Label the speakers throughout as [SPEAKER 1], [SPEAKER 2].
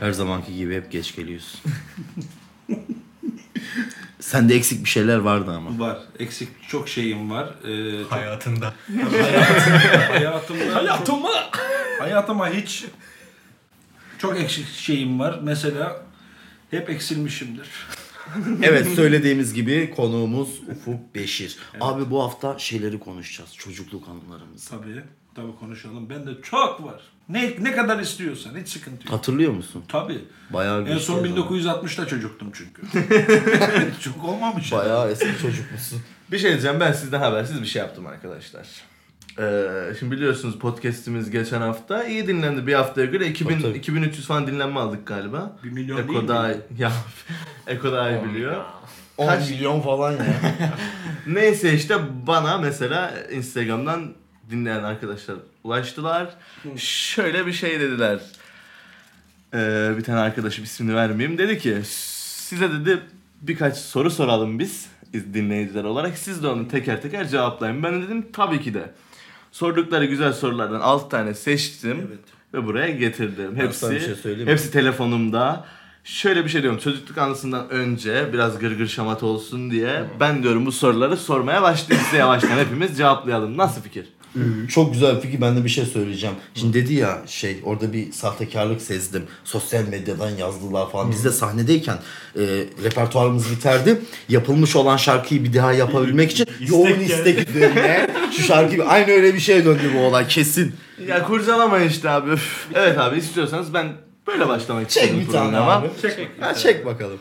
[SPEAKER 1] Her zamanki gibi hep geç geliyorsun. Sende eksik bir şeyler vardı ama.
[SPEAKER 2] Var. Eksik çok şeyim var. Ee, çok-
[SPEAKER 3] Hayatında.
[SPEAKER 2] hayatımda çok-
[SPEAKER 3] Hayatıma.
[SPEAKER 2] hayatıma hiç çok eksik şeyim var. Mesela hep eksilmişimdir.
[SPEAKER 1] Evet söylediğimiz gibi konuğumuz Ufuk Beşir. Abi bu hafta şeyleri konuşacağız. Çocukluk anılarımızı.
[SPEAKER 2] Tabii. Tabii konuşalım. Bende çok var. Ne ne kadar istiyorsan hiç sıkıntı yok.
[SPEAKER 1] Hatırlıyor musun?
[SPEAKER 2] Tabii.
[SPEAKER 1] Bayağı
[SPEAKER 2] En
[SPEAKER 1] geçti o
[SPEAKER 2] son
[SPEAKER 1] zaman.
[SPEAKER 2] 1960'ta çocuktum çünkü. çok olmamış. ya.
[SPEAKER 1] Bayağı eski çocukmuşsun.
[SPEAKER 4] Bir şey diyeceğim ben sizden habersiz bir şey yaptım arkadaşlar. Ee, şimdi biliyorsunuz podcast'imiz geçen hafta iyi dinlendi bir haftaya göre 2000,
[SPEAKER 1] Tabii, tabii.
[SPEAKER 4] 2300 falan dinlenme aldık galiba.
[SPEAKER 2] Bir milyon
[SPEAKER 4] Eko
[SPEAKER 2] değil Oh mi?
[SPEAKER 4] daha ya Eko daha iyi biliyor.
[SPEAKER 3] 10
[SPEAKER 4] Kaç-
[SPEAKER 3] milyon falan ya.
[SPEAKER 4] Neyse işte bana mesela Instagram'dan dinleyen arkadaşlar ulaştılar. Şöyle bir şey dediler. Ee, bir tane arkadaşım ismini vermeyeyim dedi ki size dedi birkaç soru soralım biz iz- dinleyiciler olarak. Siz de onu teker teker cevaplayın. Ben de dedim tabii ki de. Sordukları güzel sorulardan 6 tane seçtim
[SPEAKER 2] Evet.
[SPEAKER 4] ve buraya getirdim.
[SPEAKER 1] sana bir şey
[SPEAKER 4] Hepsi
[SPEAKER 1] söyleyeyim mi?
[SPEAKER 4] hepsi telefonumda. Şöyle bir şey diyorum. Çocukluk anısından önce biraz gırgır şamat olsun diye ben diyorum bu soruları sormaya başlayayım size yavaştan hepimiz cevaplayalım. Nasıl fikir?
[SPEAKER 1] Çok güzel bir fikir. Ben de bir şey söyleyeceğim. Şimdi dedi ya şey orada bir sahtekarlık sezdim. Sosyal medyadan yazdılar falan. Biz de sahnedeyken e, repertuarımız biterdi. Yapılmış olan şarkıyı bir daha yapabilmek için yoğun istek üzerine şu şarkıyı aynı öyle bir şeye döndü bu olay kesin.
[SPEAKER 4] Ya kurcalama işte abi. Üf. Evet abi istiyorsanız ben böyle başlamak istiyorum
[SPEAKER 1] Çek bir tane
[SPEAKER 4] programa.
[SPEAKER 1] abi. Ha, çek bakalım.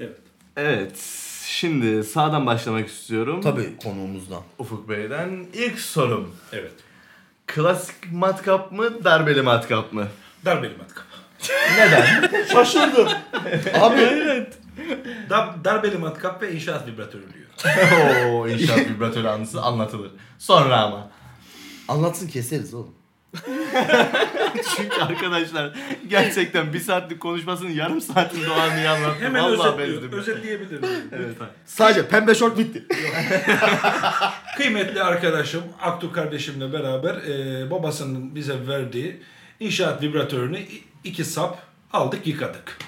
[SPEAKER 2] Evet.
[SPEAKER 4] Evet. Şimdi sağdan başlamak istiyorum.
[SPEAKER 1] Tabii konuğumuzdan.
[SPEAKER 4] Ufuk Bey'den ilk sorum.
[SPEAKER 2] Evet.
[SPEAKER 4] Klasik matkap mı, darbeli matkap mı?
[SPEAKER 2] Darbeli matkap.
[SPEAKER 1] Şaşırdım. abi evet.
[SPEAKER 2] Dar, darbeli matkap ve inşaat vibratörü diyor.
[SPEAKER 4] Oo inşaat vibratör anısı anlatılır. Sonra ama.
[SPEAKER 1] Anlatsın keseriz oğlum.
[SPEAKER 4] Çünkü arkadaşlar gerçekten bir saatlik konuşmasının yarım saatinde o anıyı anlattım.
[SPEAKER 2] Hemen
[SPEAKER 4] Vallahi
[SPEAKER 2] özetliyor.
[SPEAKER 4] bezdim.
[SPEAKER 2] Özetleyebilirim. Lütfen.
[SPEAKER 1] Sadece pembe şort bitti.
[SPEAKER 2] Kıymetli arkadaşım Aktu kardeşimle beraber e, babasının bize verdiği inşaat vibratörünü i- iki sap aldık yıkadık.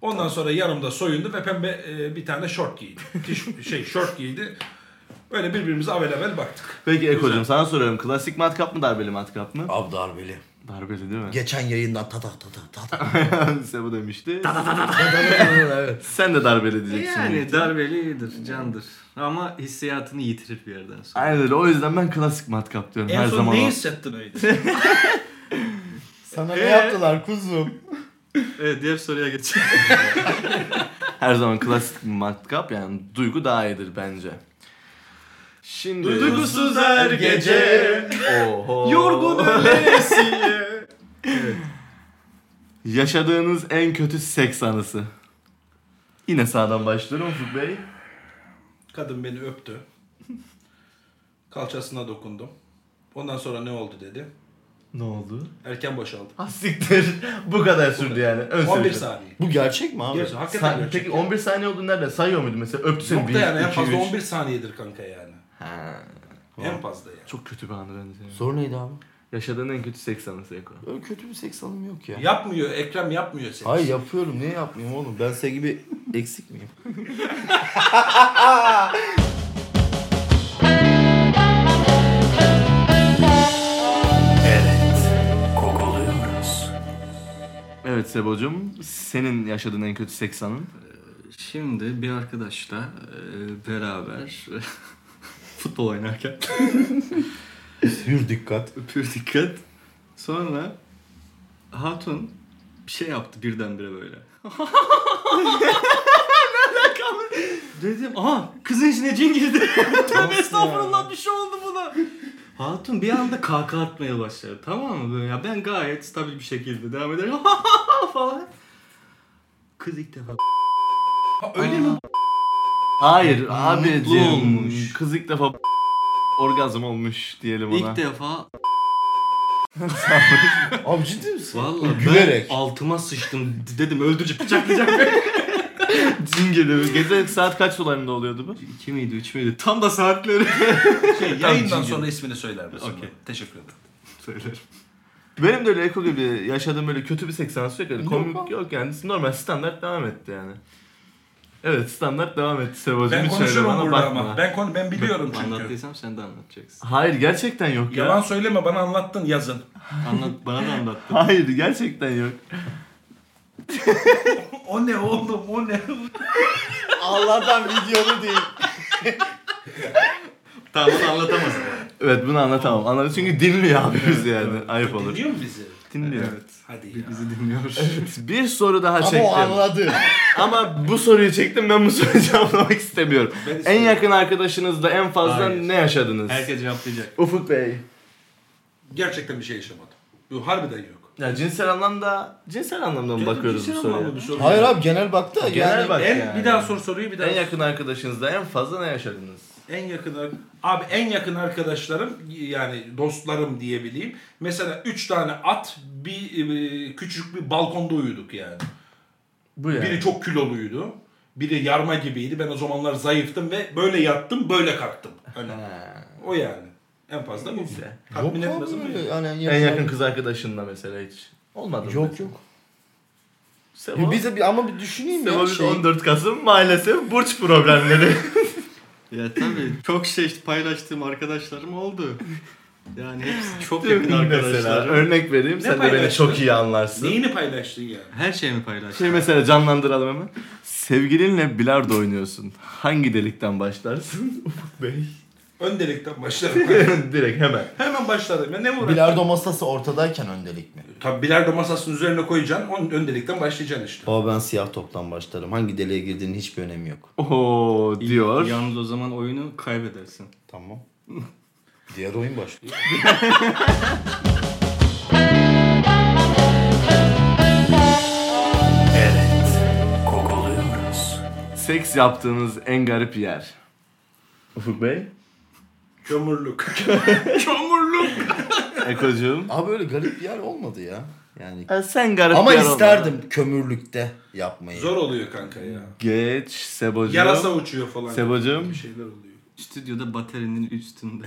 [SPEAKER 2] Ondan sonra yanımda soyundu ve pembe e, bir tane şort giydi. Tiş- şey şort giydi. Böyle birbirimize avel avel baktık.
[SPEAKER 4] Peki Eko'cum sana soruyorum. Klasik matkap mı darbeli matkap mı?
[SPEAKER 1] Abi darbeli.
[SPEAKER 4] Darbeli değil mi?
[SPEAKER 1] Geçen yayından tata tata tata.
[SPEAKER 4] Sebo demişti. Sen de darbeli diyeceksin.
[SPEAKER 5] Yani darbeli iyidir, candır. Ama hissiyatını yitirir bir yerden sonra.
[SPEAKER 4] Aynen öyle. O yüzden ben klasik matkap diyorum.
[SPEAKER 2] En
[SPEAKER 4] Her
[SPEAKER 2] son
[SPEAKER 4] zaman
[SPEAKER 2] ne
[SPEAKER 4] o.
[SPEAKER 2] hissettin öyle?
[SPEAKER 1] Sana ne yaptılar kuzum?
[SPEAKER 5] Evet, diğer soruya geçelim.
[SPEAKER 4] Her zaman klasik matkap yani duygu daha iyidir bence. Şimdi...
[SPEAKER 5] Duygusuz her gece
[SPEAKER 4] Oho.
[SPEAKER 5] yorgun öylesiye.
[SPEAKER 4] Yaşadığınız en kötü seks anısı. Yine sağdan başlıyorum Ufuk Bey.
[SPEAKER 2] Kadın beni öptü. Kalçasına dokundum. Ondan sonra ne oldu dedi.
[SPEAKER 4] Ne oldu?
[SPEAKER 2] Erken boşaldım.
[SPEAKER 4] Ah, Siktir. Bu kadar sürdü yani. Ön
[SPEAKER 2] 11
[SPEAKER 4] sürücü.
[SPEAKER 2] saniye.
[SPEAKER 1] Bu gerçek mi abi?
[SPEAKER 2] Gerçi hakikaten
[SPEAKER 4] Sa-
[SPEAKER 2] gerçek
[SPEAKER 4] peki
[SPEAKER 2] ya.
[SPEAKER 4] 11 saniye oldu nerede? Sayıyor muydu mesela? Öptü seni.
[SPEAKER 2] Nokta
[SPEAKER 4] bir,
[SPEAKER 2] yani en
[SPEAKER 4] iki,
[SPEAKER 2] fazla
[SPEAKER 4] üç.
[SPEAKER 2] 11 saniyedir kanka yani.
[SPEAKER 4] Ha.
[SPEAKER 2] En fazla yani.
[SPEAKER 4] Çok kötü bir anı bence. ya.
[SPEAKER 1] Soru neydi abi?
[SPEAKER 4] Yaşadığın en kötü seks anısı Eko.
[SPEAKER 1] Öyle kötü bir seks alım yok ya.
[SPEAKER 2] Yapmıyor, Ekrem yapmıyor seni.
[SPEAKER 1] Hayır yapıyorum. Niye yapmayayım oğlum? Ben senin gibi eksik miyim?
[SPEAKER 4] Evet Sebocum, senin yaşadığın en kötü seks anın.
[SPEAKER 5] Şimdi bir arkadaşla e, beraber futbol oynarken
[SPEAKER 1] Hür dikkat.
[SPEAKER 5] öpür dikkat. Sonra hatun bir şey yaptı birdenbire böyle. ne alakalı? Dedim aha kızın içine cin girdi. Tövbe estağfurullah bir şey oldu buna. Hatun bir anda kahkaha atmaya başladı tamam mı böyle ya ben gayet stabil bir şekilde devam ederim falan. Kız ilk defa
[SPEAKER 2] Öyle mi?
[SPEAKER 4] Hayır abi
[SPEAKER 5] mutlu olmuş.
[SPEAKER 4] Kız ilk defa orgazm olmuş diyelim ona.
[SPEAKER 5] ilk defa
[SPEAKER 1] Abi ciddi misin?
[SPEAKER 5] Vallahi
[SPEAKER 1] Gülerek.
[SPEAKER 5] ben altıma sıçtım dedim öldürecek bıçaklayacak beni.
[SPEAKER 4] Cin geliyor. Gece saat kaç sularında oluyordu bu?
[SPEAKER 5] 2 miydi 3 miydi tam da saatleri
[SPEAKER 2] Şey, yayından sonra ismini söyler misin?
[SPEAKER 5] Okey.
[SPEAKER 2] Teşekkür ederim.
[SPEAKER 5] söylerim.
[SPEAKER 4] Benim de öyle eko gibi yaşadığım böyle kötü bir seks anısı yok. Öyle komik yok, yani. Normal standart devam etti yani. Evet standart devam etti Sebacım.
[SPEAKER 2] Ben
[SPEAKER 4] Hiç öyle
[SPEAKER 2] konuşurum
[SPEAKER 4] bana
[SPEAKER 2] burada
[SPEAKER 4] bakma.
[SPEAKER 2] ama. Ben konu ben biliyorum çünkü.
[SPEAKER 5] Anlattıysam sen de anlatacaksın.
[SPEAKER 4] Hayır gerçekten yok ya.
[SPEAKER 2] Yalan söyleme bana anlattın yazın.
[SPEAKER 5] Anlat, bana da anlattın.
[SPEAKER 4] Hayır gerçekten yok.
[SPEAKER 2] O ne oğlum o ne?
[SPEAKER 1] Allah'tan videolu değil.
[SPEAKER 5] Tamam onu anlatamazsın.
[SPEAKER 4] Evet bunu anlatamam. Anladım çünkü dinliyor abimiz yani. Ayıp olur.
[SPEAKER 2] Dinliyor mu bizi?
[SPEAKER 4] Dinliyor.
[SPEAKER 2] Hadi ya.
[SPEAKER 4] Bir soru daha
[SPEAKER 1] Ama
[SPEAKER 4] çektim.
[SPEAKER 1] o
[SPEAKER 4] Ama,
[SPEAKER 1] anladı.
[SPEAKER 4] bu soruyu çektim ben bu soruyu cevaplamak istemiyorum.
[SPEAKER 2] Ben
[SPEAKER 4] En
[SPEAKER 2] istiyorum.
[SPEAKER 4] yakın arkadaşınızla en fazla
[SPEAKER 5] Hayır.
[SPEAKER 4] ne yaşadınız?
[SPEAKER 5] Herkes cevaplayacak.
[SPEAKER 4] Ufuk Bey.
[SPEAKER 2] Gerçekten bir şey yaşamadım. Bu harbiden yok.
[SPEAKER 4] Ya cinsel anlamda cinsel anlamda mı bakıyoruz bu
[SPEAKER 2] Cinsel
[SPEAKER 4] soruya?
[SPEAKER 2] anlamda bir sorun
[SPEAKER 1] Hayır
[SPEAKER 2] yok.
[SPEAKER 1] abi genel baktı. ya.
[SPEAKER 4] Genel
[SPEAKER 1] yani,
[SPEAKER 4] bak
[SPEAKER 2] en,
[SPEAKER 4] yani.
[SPEAKER 2] Bir daha sor soruyu bir şey. daha.
[SPEAKER 4] En yakın arkadaşınızla en fazla ne yaşadınız?
[SPEAKER 2] En yakın ar- abi en yakın arkadaşlarım yani dostlarım diyebileyim. Mesela üç tane at bir e, küçük bir balkonda uyuduk yani.
[SPEAKER 4] Bu yani.
[SPEAKER 2] Biri çok kiloluydu. Biri yarma gibiydi. Ben o zamanlar zayıftım ve böyle yattım, böyle kalktım. Hani
[SPEAKER 4] Ha.
[SPEAKER 2] o yani. En fazla bu.
[SPEAKER 1] Yok
[SPEAKER 2] Tatmin etmez ama.
[SPEAKER 1] abi. Yani en yakın.
[SPEAKER 4] En yakın kız arkadaşınla mesela hiç. Olmadı mı?
[SPEAKER 1] Yok yok.
[SPEAKER 4] Sebo,
[SPEAKER 1] Bize bir ama bir düşüneyim
[SPEAKER 4] Sebo
[SPEAKER 1] ya.
[SPEAKER 4] biz
[SPEAKER 1] Şey.
[SPEAKER 4] 14 Kasım maalesef burç problemleri.
[SPEAKER 5] Ya tabii çok şey işte paylaştığım arkadaşlarım oldu. Yani hepsi çok yakın
[SPEAKER 4] mesela
[SPEAKER 5] arkadaşlar.
[SPEAKER 4] örnek vereyim sen de beni
[SPEAKER 2] paylaştın?
[SPEAKER 4] çok iyi anlarsın.
[SPEAKER 2] Neyini paylaştın yani?
[SPEAKER 5] Her şeyimi paylaştım.
[SPEAKER 4] Şey mesela canlandıralım hemen. Sevgilinle bilardo oynuyorsun. Hangi delikten başlarsın? Ufuk Bey.
[SPEAKER 2] Ön delikten başladım.
[SPEAKER 4] Direkt hemen.
[SPEAKER 2] Hemen başladım. Ya ne uğraştın?
[SPEAKER 1] Bilardo masası ortadayken öndelik mi?
[SPEAKER 2] Tabii bilardo masasının üzerine koyacaksın. On, ön delikten başlayacaksın işte.
[SPEAKER 1] Baba ben siyah toptan başlarım. Hangi deliğe girdiğinin hiçbir önemi yok.
[SPEAKER 4] Oo diyor.
[SPEAKER 5] Yalnız o zaman oyunu kaybedersin.
[SPEAKER 1] Tamam. Diğer oyun başlıyor.
[SPEAKER 4] Seks yaptığınız en garip yer. Ufuk Bey.
[SPEAKER 2] Kömürlük. Kömürlük.
[SPEAKER 4] Ekocuğum.
[SPEAKER 1] Abi öyle garip bir yer olmadı ya. Yani
[SPEAKER 4] E, Sen garip
[SPEAKER 1] ama
[SPEAKER 4] yer olma.
[SPEAKER 1] isterdim kömürlükte yapmayı.
[SPEAKER 2] Zor oluyor kanka ya.
[SPEAKER 4] Geç Sebocuğum.
[SPEAKER 2] Yarasa uçuyor falan.
[SPEAKER 4] Sebacığım.
[SPEAKER 2] Bir şeyler oluyor.
[SPEAKER 5] Stüdyoda baterinin üstünde.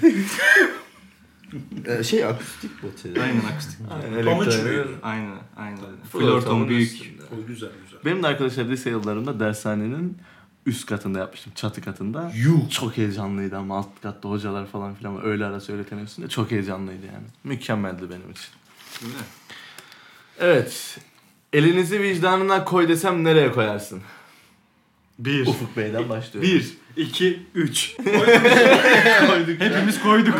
[SPEAKER 1] Ee, şey akustik bateri.
[SPEAKER 5] aynen akustik.
[SPEAKER 2] Pamuk
[SPEAKER 4] Ee, Elektronik.
[SPEAKER 2] çürüyor.
[SPEAKER 5] Aynen aynen.
[SPEAKER 4] Flörtonun
[SPEAKER 5] Flörton büyük.
[SPEAKER 4] üstünde.
[SPEAKER 2] O güzel güzel.
[SPEAKER 4] Benim de arkadaşlar lise yıllarında dershanenin üst katında yapmıştım. Çatı katında.
[SPEAKER 1] Yuh.
[SPEAKER 4] Çok heyecanlıydı ama alt katta hocalar falan filan var. öğle arası öğleten üstünde çok heyecanlıydı yani. Mükemmeldi benim için.
[SPEAKER 5] Öyle.
[SPEAKER 4] Evet. Elinizi vicdanına koy desem nereye koyarsın?
[SPEAKER 5] Bir.
[SPEAKER 4] Ufuk Bey'den başlıyorum.
[SPEAKER 5] Bir, iki, üç.
[SPEAKER 4] koyduk.
[SPEAKER 5] Hepimiz koyduk.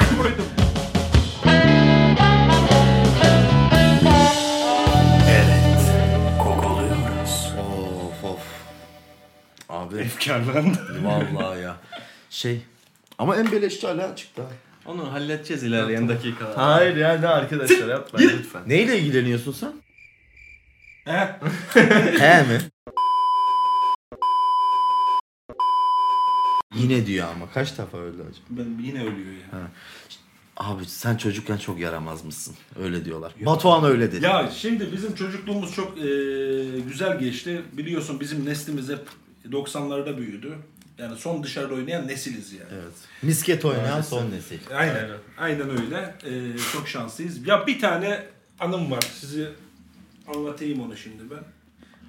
[SPEAKER 1] Of of. Abi
[SPEAKER 5] Efkarlandı.
[SPEAKER 1] vallahi ya. Şey ama en beleşçi hala çıktı. ha.
[SPEAKER 5] Onu halledeceğiz ilerleyen dakikalarda.
[SPEAKER 4] Hayır ya ne arkadaşlar yapmayın lütfen.
[SPEAKER 1] Neyle ilgileniyorsun sen?
[SPEAKER 2] He?
[SPEAKER 1] He mi? Yine diyor ama kaç defa öldü acaba?
[SPEAKER 2] Ben yine ölüyor ya.
[SPEAKER 1] Abi sen çocukken çok yaramaz mısın? Öyle diyorlar. Batuhan öyle dedi.
[SPEAKER 2] Ya şimdi bizim çocukluğumuz çok e, güzel geçti. Biliyorsun bizim neslimiz hep 90'larda büyüdü. Yani son dışarıda oynayan nesiliz yani.
[SPEAKER 1] Evet. Misket oynayan son nesil.
[SPEAKER 2] Aynen. Aynen öyle. E, çok şanslıyız. Ya bir tane anım var. Sizi anlatayım onu şimdi ben.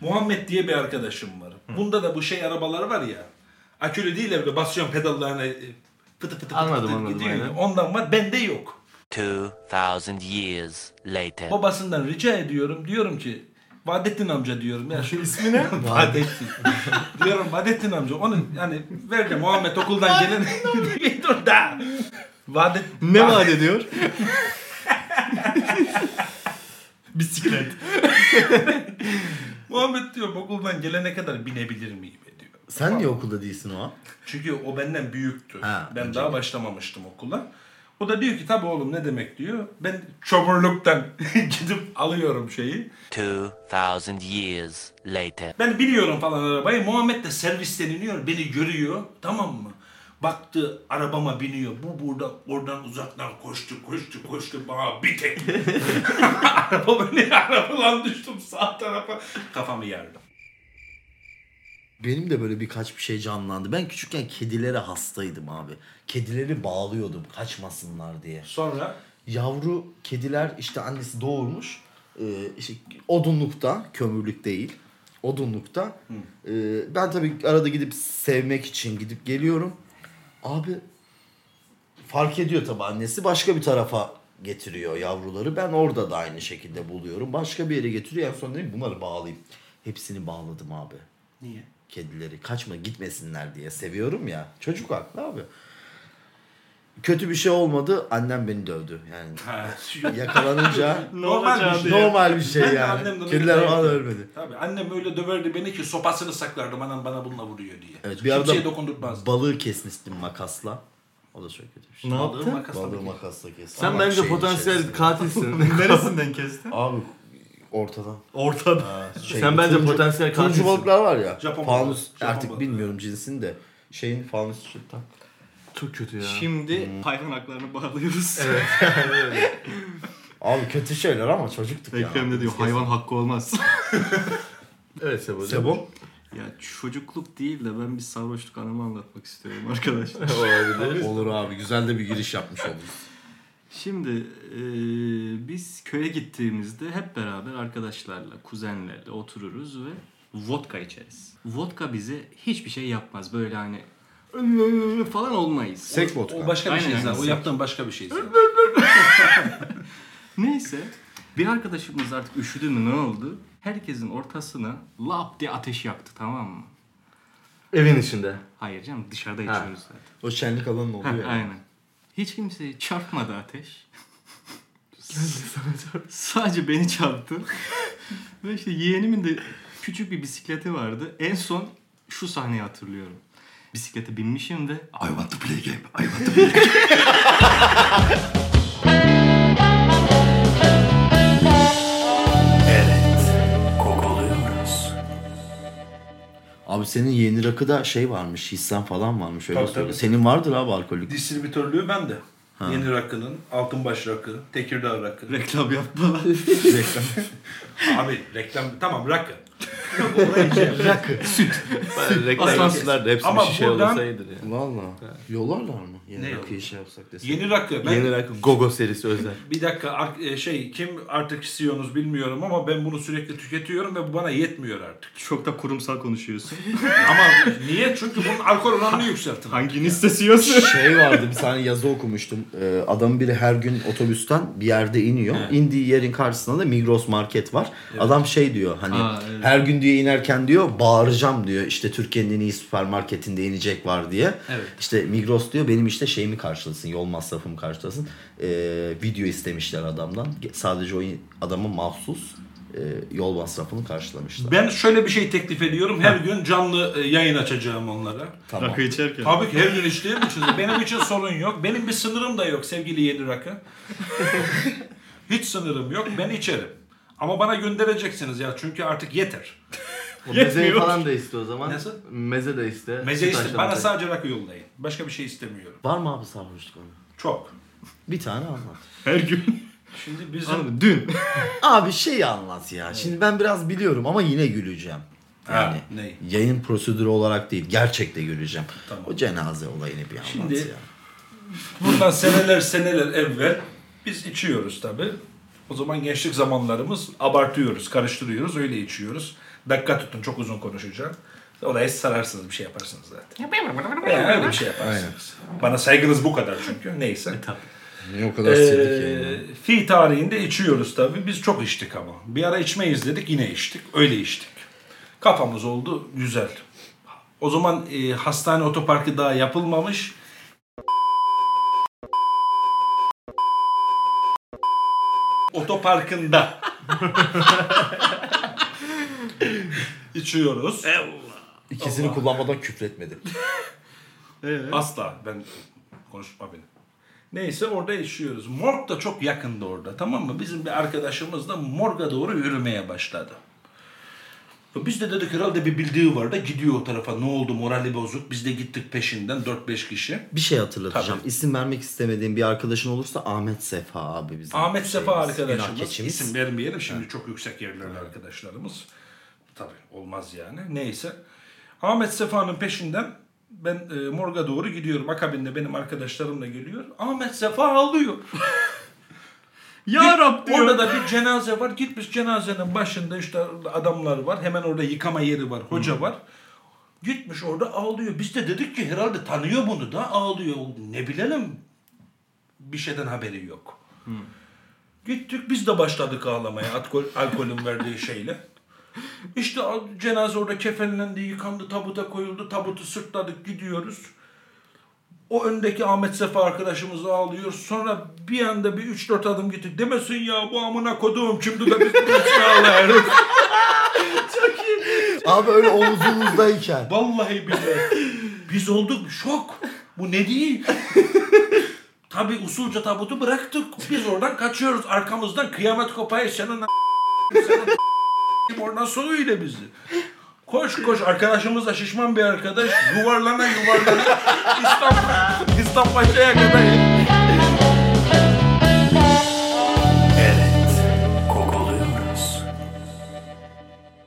[SPEAKER 2] Muhammed diye bir arkadaşım var. Bunda da bu şey arabalar var ya. Akülü değil de böyle basıyorsun pedallarına e, pıtı pıtı pıtı
[SPEAKER 4] Anladım,
[SPEAKER 2] pıtı
[SPEAKER 4] anladım,
[SPEAKER 2] gidiyor.
[SPEAKER 4] aynen.
[SPEAKER 2] Ondan var. Bende yok.
[SPEAKER 3] 2,000 years later.
[SPEAKER 2] Babasından rica ediyorum. Diyorum ki Vadettin amca diyorum ya şu ismi ne? Vadettin. diyorum Vadettin amca onun yani ver de Muhammed okuldan gelin. Dur da. Vadet
[SPEAKER 4] Ne vaat ediyor?
[SPEAKER 5] Bisiklet.
[SPEAKER 2] Muhammed diyorum okuldan gelene kadar binebilir miyim diyor.
[SPEAKER 1] Sen niye okulda değilsin o an?
[SPEAKER 2] Çünkü o benden büyüktü.
[SPEAKER 1] Ha,
[SPEAKER 2] ben daha başlamamıştım okula. O da diyor ki tabii oğlum ne demek diyor. Ben çomurluktan gidip alıyorum şeyi.
[SPEAKER 3] 2,000 years later.
[SPEAKER 2] Ben biliyorum falan arabayı. Muhammed de servisten iniyor. Beni görüyor. Tamam mı? Baktı arabama biniyor. Bu burada oradan uzaktan koştu koştu koştu bana bir tek. Araba böyle arabadan düştüm sağ tarafa. Kafamı yardım.
[SPEAKER 1] Benim de böyle birkaç bir şey canlandı. Ben küçükken kedilere hastaydım abi. Kedileri bağlıyordum kaçmasınlar diye.
[SPEAKER 2] Sonra
[SPEAKER 1] Yavru kediler işte annesi doğurmuş. Ee, işte odunlukta, kömürlük değil. Odunlukta. Ee, ben tabii arada gidip sevmek için gidip geliyorum. Abi fark ediyor tabii annesi. Başka bir tarafa getiriyor yavruları. Ben orada da aynı şekilde buluyorum. Başka bir yere getiriyor. En son dedim ki, bunları bağlayayım. Hepsini bağladım abi
[SPEAKER 5] Niye?
[SPEAKER 1] kedileri kaçma gitmesinler diye seviyorum ya. Çocuk haklı abi. Kötü bir şey olmadı. Annem beni dövdü. Yani
[SPEAKER 2] Ha.
[SPEAKER 1] yakalanınca
[SPEAKER 2] Normal bir şey.
[SPEAKER 1] normal bir şey
[SPEAKER 2] Ben de
[SPEAKER 1] yani.
[SPEAKER 2] annemden
[SPEAKER 1] Kediler
[SPEAKER 2] öyle
[SPEAKER 1] falan
[SPEAKER 2] dayak
[SPEAKER 1] ölmedi.
[SPEAKER 2] Tabii annem öyle döverdi beni ki sopasını saklardım anam bana bununla vuruyor diye.
[SPEAKER 1] Evet bir
[SPEAKER 2] Kimseye
[SPEAKER 1] arada
[SPEAKER 2] dokundurmazdı.
[SPEAKER 1] balığı kesmiştim makasla. O da çok kötü bir şey.
[SPEAKER 5] Ne
[SPEAKER 2] Balığı
[SPEAKER 5] yaptın?
[SPEAKER 2] makasla
[SPEAKER 1] Balığı
[SPEAKER 2] bir-
[SPEAKER 1] makasla kestim.
[SPEAKER 4] Sen
[SPEAKER 1] Ama
[SPEAKER 4] bence
[SPEAKER 1] şeyin
[SPEAKER 4] potansiyel
[SPEAKER 1] içerisinde.
[SPEAKER 4] katilsin.
[SPEAKER 5] Neresinden kestin?
[SPEAKER 1] Abi ortadan.
[SPEAKER 5] Ortada.
[SPEAKER 1] Şey,
[SPEAKER 4] Sen bence
[SPEAKER 1] turuncu-
[SPEAKER 4] potansiyel
[SPEAKER 1] Turuncu
[SPEAKER 4] katilsin.
[SPEAKER 1] balıklar var ya.
[SPEAKER 2] Japon
[SPEAKER 1] fanus
[SPEAKER 2] balığı, Japon
[SPEAKER 1] artık
[SPEAKER 2] balığı.
[SPEAKER 1] bilmiyorum cinsini de. Şeyin fanus şu tak.
[SPEAKER 4] Çok kötü ya.
[SPEAKER 5] Şimdi hayvan haklarını bağlıyoruz.
[SPEAKER 1] Abi kötü şeyler ama çocuktuk ya.
[SPEAKER 5] Ekrem de diyor hayvan hakkı olmaz.
[SPEAKER 4] Evet Sebo.
[SPEAKER 1] Sebo.
[SPEAKER 5] ya çocukluk değil de ben bir sarhoşluk anımı anlatmak istiyorum arkadaşlar.
[SPEAKER 4] Olabilir.
[SPEAKER 1] Olur abi güzel de bir giriş yapmış olduk.
[SPEAKER 5] Şimdi e, biz köye gittiğimizde hep beraber arkadaşlarla, kuzenlerle otururuz ve vodka içeriz. Vodka bize hiçbir şey yapmaz. Böyle hani "Iı" falan olmayız.
[SPEAKER 1] Sek
[SPEAKER 2] O
[SPEAKER 1] vodka.
[SPEAKER 2] başka bir
[SPEAKER 5] Aynen,
[SPEAKER 2] şey zaten.
[SPEAKER 5] aynen.
[SPEAKER 2] O yaptığın başka bir şey zaten.
[SPEAKER 5] Neyse bir arkadaşımız artık üşüdü mü ne oldu? Herkesin ortasına lap diye ateş yaktı tamam mı?
[SPEAKER 4] Evin içinde.
[SPEAKER 5] Hayır canım dışarıda
[SPEAKER 4] Ha.
[SPEAKER 5] içiyoruz zaten.
[SPEAKER 1] O şenlik alanı
[SPEAKER 5] Ha,
[SPEAKER 1] oluyor. yani.
[SPEAKER 5] aynen. Hiç kimseyi çarpmadı ateş. Sadece beni çarptı. Ve işte yeğenimin de küçük bir bisikleti vardı. En son şu sahneyi hatırlıyorum. Bisiklete binmişim ve I want to play game. I want to play game.
[SPEAKER 1] Abi senin yeni rakıda şey varmış, hissen falan varmış. Öyle
[SPEAKER 2] Tabii,
[SPEAKER 1] söyle.
[SPEAKER 2] tabii.
[SPEAKER 1] Senin vardır abi alkollük.
[SPEAKER 2] Distribütörlüğü bende. Yeni rakının, Altınbaş rakı, Tekirdağ rakı.
[SPEAKER 5] Reklam yapma.
[SPEAKER 2] Abi reklam tamam rakı.
[SPEAKER 4] Reklamcılar Ee, da hepsi
[SPEAKER 2] Ama
[SPEAKER 4] bir şey
[SPEAKER 2] buradan-
[SPEAKER 4] olsaydı ya.
[SPEAKER 1] Valla. Yollarlar mı? Yeni
[SPEAKER 2] Ne
[SPEAKER 1] rakıyı şey yapsak desek.
[SPEAKER 2] Yeni rakı. Ben
[SPEAKER 4] Yeni rakı Gogo serisi özel.
[SPEAKER 2] bir dakika ar- e, şey kim artık CEO'nuz bilmiyorum ama ben bunu sürekli tüketiyorum ve bu bana yetmiyor artık.
[SPEAKER 5] Çok da kurumsal konuşuyorsun.
[SPEAKER 2] ama niye? Çünkü bunun alkol oranını yükseltin.
[SPEAKER 5] Hangini istesiyorsun?
[SPEAKER 1] şey vardı bir tane yazı okumuştum. Ee, adam biri her gün otobüsten bir yerde iniyor. İndiği yerin karşısında da Migros market var. Adam şey diyor hani
[SPEAKER 5] Aa, evet.
[SPEAKER 1] her gün diye inerken diyor bağıracağım diyor. İşte Türkiye'nin en iyi süpermarketinde inecek var diye.
[SPEAKER 2] Evet.
[SPEAKER 1] İşte Migros diyor benim işte şeyimi karşılasın yol masrafımı karşılasın. Ee, video istemişler adamdan. Ge- Sadece o in- adamın mahsus e, yol masrafını karşılamışlar.
[SPEAKER 2] Ben şöyle bir şey teklif ediyorum. Her gün canlı e, yayın açacağım onlara.
[SPEAKER 1] Tamam.
[SPEAKER 5] Rakı içerken.
[SPEAKER 2] Tabii ki her gün içtiğim için de benim için sorun yok. Benim bir sınırım da yok sevgili yeni rakı. Hiç sınırım yok. Ben içerim. Ama bana göndereceksiniz ya çünkü artık yeter.
[SPEAKER 4] Mezeyi falan da iste o zaman.
[SPEAKER 2] Nasıl?
[SPEAKER 4] Meze de iste.
[SPEAKER 2] Meze
[SPEAKER 4] Süt
[SPEAKER 2] iste.
[SPEAKER 4] haşlama
[SPEAKER 2] Bana
[SPEAKER 4] da-
[SPEAKER 2] sadece rakı yollayın. Başka bir şey istemiyorum.
[SPEAKER 1] Var mı abi sarhoşluk anı?
[SPEAKER 2] Çok.
[SPEAKER 1] Bir tane anlat.
[SPEAKER 5] Her gün.
[SPEAKER 2] Şimdi bizim...
[SPEAKER 5] Anladın mı? Dün.
[SPEAKER 1] Abi şey anlat ya. Şimdi ben biraz biliyorum ama yine güleceğim. Yani
[SPEAKER 2] Ha, ney?
[SPEAKER 1] yayın prosedürü olarak değil. Gerçekte güleceğim.
[SPEAKER 2] Tamam.
[SPEAKER 1] O cenaze olayını bir anlat
[SPEAKER 2] Şimdi-
[SPEAKER 1] ya.
[SPEAKER 2] Bundan seneler seneler evvel biz içiyoruz tabi. O zaman gençlik zamanlarımız abartıyoruz, karıştırıyoruz, öyle içiyoruz. Dakika tutun çok uzun konuşacağım. Orayı sararsınız bir şey yaparsınız zaten. Yani öyle bir şey yaparsınız. Bana saygınız bu kadar çünkü. Neyse.
[SPEAKER 1] E, Niye o kadar sildik
[SPEAKER 2] Ee, fi tarihinde içiyoruz tabi. Biz çok içtik ama. Bir ara içmeyiz dedik yine içtik. Öyle içtik. Kafamız oldu güzel. O zaman e, hastane otoparkı daha yapılmamış. Otoparkında. İçiyoruz.
[SPEAKER 1] İkisini kullanmadan küfretmedim.
[SPEAKER 2] Asla ben konuşma beni. Neyse orada yaşıyoruz. Morg da çok yakında orada tamam mı? Bizim bir arkadaşımız da morga doğru yürümeye başladı. Biz de dedik herhalde bir bildiği var da gidiyor o tarafa. Ne oldu morali bozuk. Biz de gittik peşinden 4-5 kişi.
[SPEAKER 1] Bir şey hatırlatacağım. İsim vermek istemediğim bir arkadaşın olursa Ahmet Sefa abi bizim.
[SPEAKER 2] Ahmet Sefa
[SPEAKER 1] şeyimiz,
[SPEAKER 2] arkadaşımız.
[SPEAKER 1] günahkeçimiz.
[SPEAKER 2] İsim vermeyelim şimdi çok yüksek yerlerde arkadaşlarımız. Tabii olmaz yani. Neyse. Ahmet Sefa'nın peşinden ben e, morga doğru gidiyorum. Akabinde benim arkadaşlarım da geliyor. Ahmet Sefa ağlıyor.
[SPEAKER 5] Ya Rab diyor.
[SPEAKER 2] Orada da bir cenaze var. Gitmiş cenazenin başında işte adamlar var. Hemen orada yıkama yeri var. Hoca var. Gitmiş orada ağlıyor. Biz de dedik ki herhalde tanıyor bunu da ağlıyor. Ne bilelim bir şeyden haberi yok. Gittik biz de başladık ağlamaya alkol, alkolün verdiği şeyle. İşte a- cenaze orada kefenlendi, yıkandı, tabuta koyuldu. Tabutu sırtladık, gidiyoruz. O öndeki Ahmet Sefa arkadaşımız ağlıyor. Sonra bir anda bir 3-4 adım gittik. Demesin ya bu amına koduğum kimdi de biz bu üçte ağlıyoruz.
[SPEAKER 1] Abi öyle omuzumuzdayken.
[SPEAKER 2] Vallahi billahi. Biz olduk şok. Bu ne değil? Tabi usulca tabutu bıraktık. Biz oradan kaçıyoruz. Arkamızdan kıyamet kopaya senin a- senin oradan soruyla bizi. Koş koş arkadaşımız da şişman bir arkadaş. Yuvarlana yuvarlana İstanbul, İstanbul Paşa'ya kadar.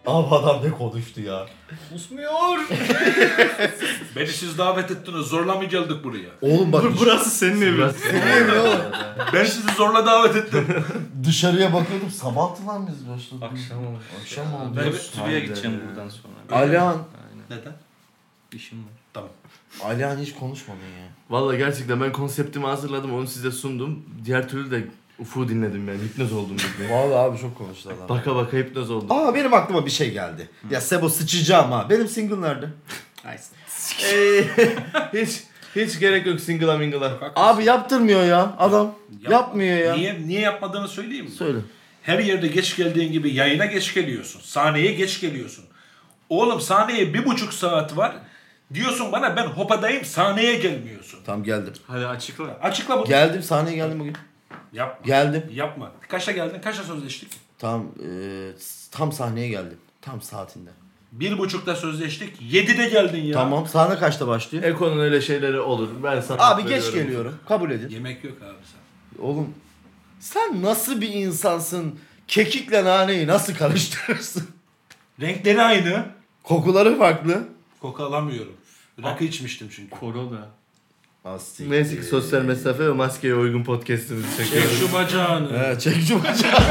[SPEAKER 1] Abi adam ne konuştu ya.
[SPEAKER 5] Susmuyor.
[SPEAKER 2] Beni siz davet ettiniz. Zorla mı geldik buraya?
[SPEAKER 1] Oğlum bak
[SPEAKER 5] Burası senin evin.
[SPEAKER 2] Ben sizi zorla davet ettim.
[SPEAKER 1] dışarıya bakıyordum. Sabahtı lan biz başladık.
[SPEAKER 5] Akşam oldu.
[SPEAKER 1] Akşam oldu.
[SPEAKER 5] Ben
[SPEAKER 1] Evet.
[SPEAKER 5] stüdyoya gideceğim buradan sonra.
[SPEAKER 1] Alihan.
[SPEAKER 2] Neden?
[SPEAKER 5] İşim var.
[SPEAKER 1] Alihan hiç konuşmadın ya.
[SPEAKER 4] Valla gerçekten ben konseptimi hazırladım onu size sundum. Diğer türlü de Ufuk'u dinledim yani hipnoz oldum gibi.
[SPEAKER 1] Vallahi abi çok konuştu adam.
[SPEAKER 4] baka baka hipnoz oldum.
[SPEAKER 1] Aa benim aklıma bir şey geldi. Ya Sebo sıçacağım ha. Benim single nerede?
[SPEAKER 4] Eee, hiç hiç gerek yok single'a mingle'a.
[SPEAKER 1] Abi yaptırmıyor ya adam. Yapmıyor ya.
[SPEAKER 2] Niye, niye yapmadığını söyleyeyim mi?
[SPEAKER 1] Söyle.
[SPEAKER 2] Her yerde geç geldiğin gibi yayına geç geliyorsun. Sahneye geç geliyorsun. Oğlum sahneye bir buçuk saat var. Diyorsun bana ben hopadayım sahneye gelmiyorsun.
[SPEAKER 1] Tam geldim.
[SPEAKER 5] Hadi açıkla.
[SPEAKER 2] Açıkla bunu.
[SPEAKER 1] Geldim sahneye geldim bugün.
[SPEAKER 2] Yapma.
[SPEAKER 1] Geldim.
[SPEAKER 2] Yapma. Kaça geldin? Kaça sözleştik?
[SPEAKER 1] Tam e, tam sahneye geldim. Tam saatinde.
[SPEAKER 2] Bir buçukta sözleştik. Yedide geldin ya.
[SPEAKER 1] Tamam. Sahne kaçta başlıyor?
[SPEAKER 4] Eko'nun öyle şeyleri olur. Ben sana
[SPEAKER 1] Abi
[SPEAKER 4] hak
[SPEAKER 1] geç
[SPEAKER 4] veriyorum.
[SPEAKER 1] geliyorum. Kabul edin.
[SPEAKER 2] Yemek yok abi sen.
[SPEAKER 1] Oğlum sen nasıl bir insansın? Kekikle naneyi nasıl karıştırırsın?
[SPEAKER 2] Renkleri aynı.
[SPEAKER 1] Kokuları farklı.
[SPEAKER 2] Koku alamıyorum. Rakı içmiştim çünkü.
[SPEAKER 5] Korona.
[SPEAKER 1] Astik.
[SPEAKER 4] Neyse ki sosyal mesafe ve maskeye uygun podcast'imizi
[SPEAKER 2] Çek
[SPEAKER 4] çekiyoruz.
[SPEAKER 2] şu bacağını.
[SPEAKER 1] He, çek şu bacağı.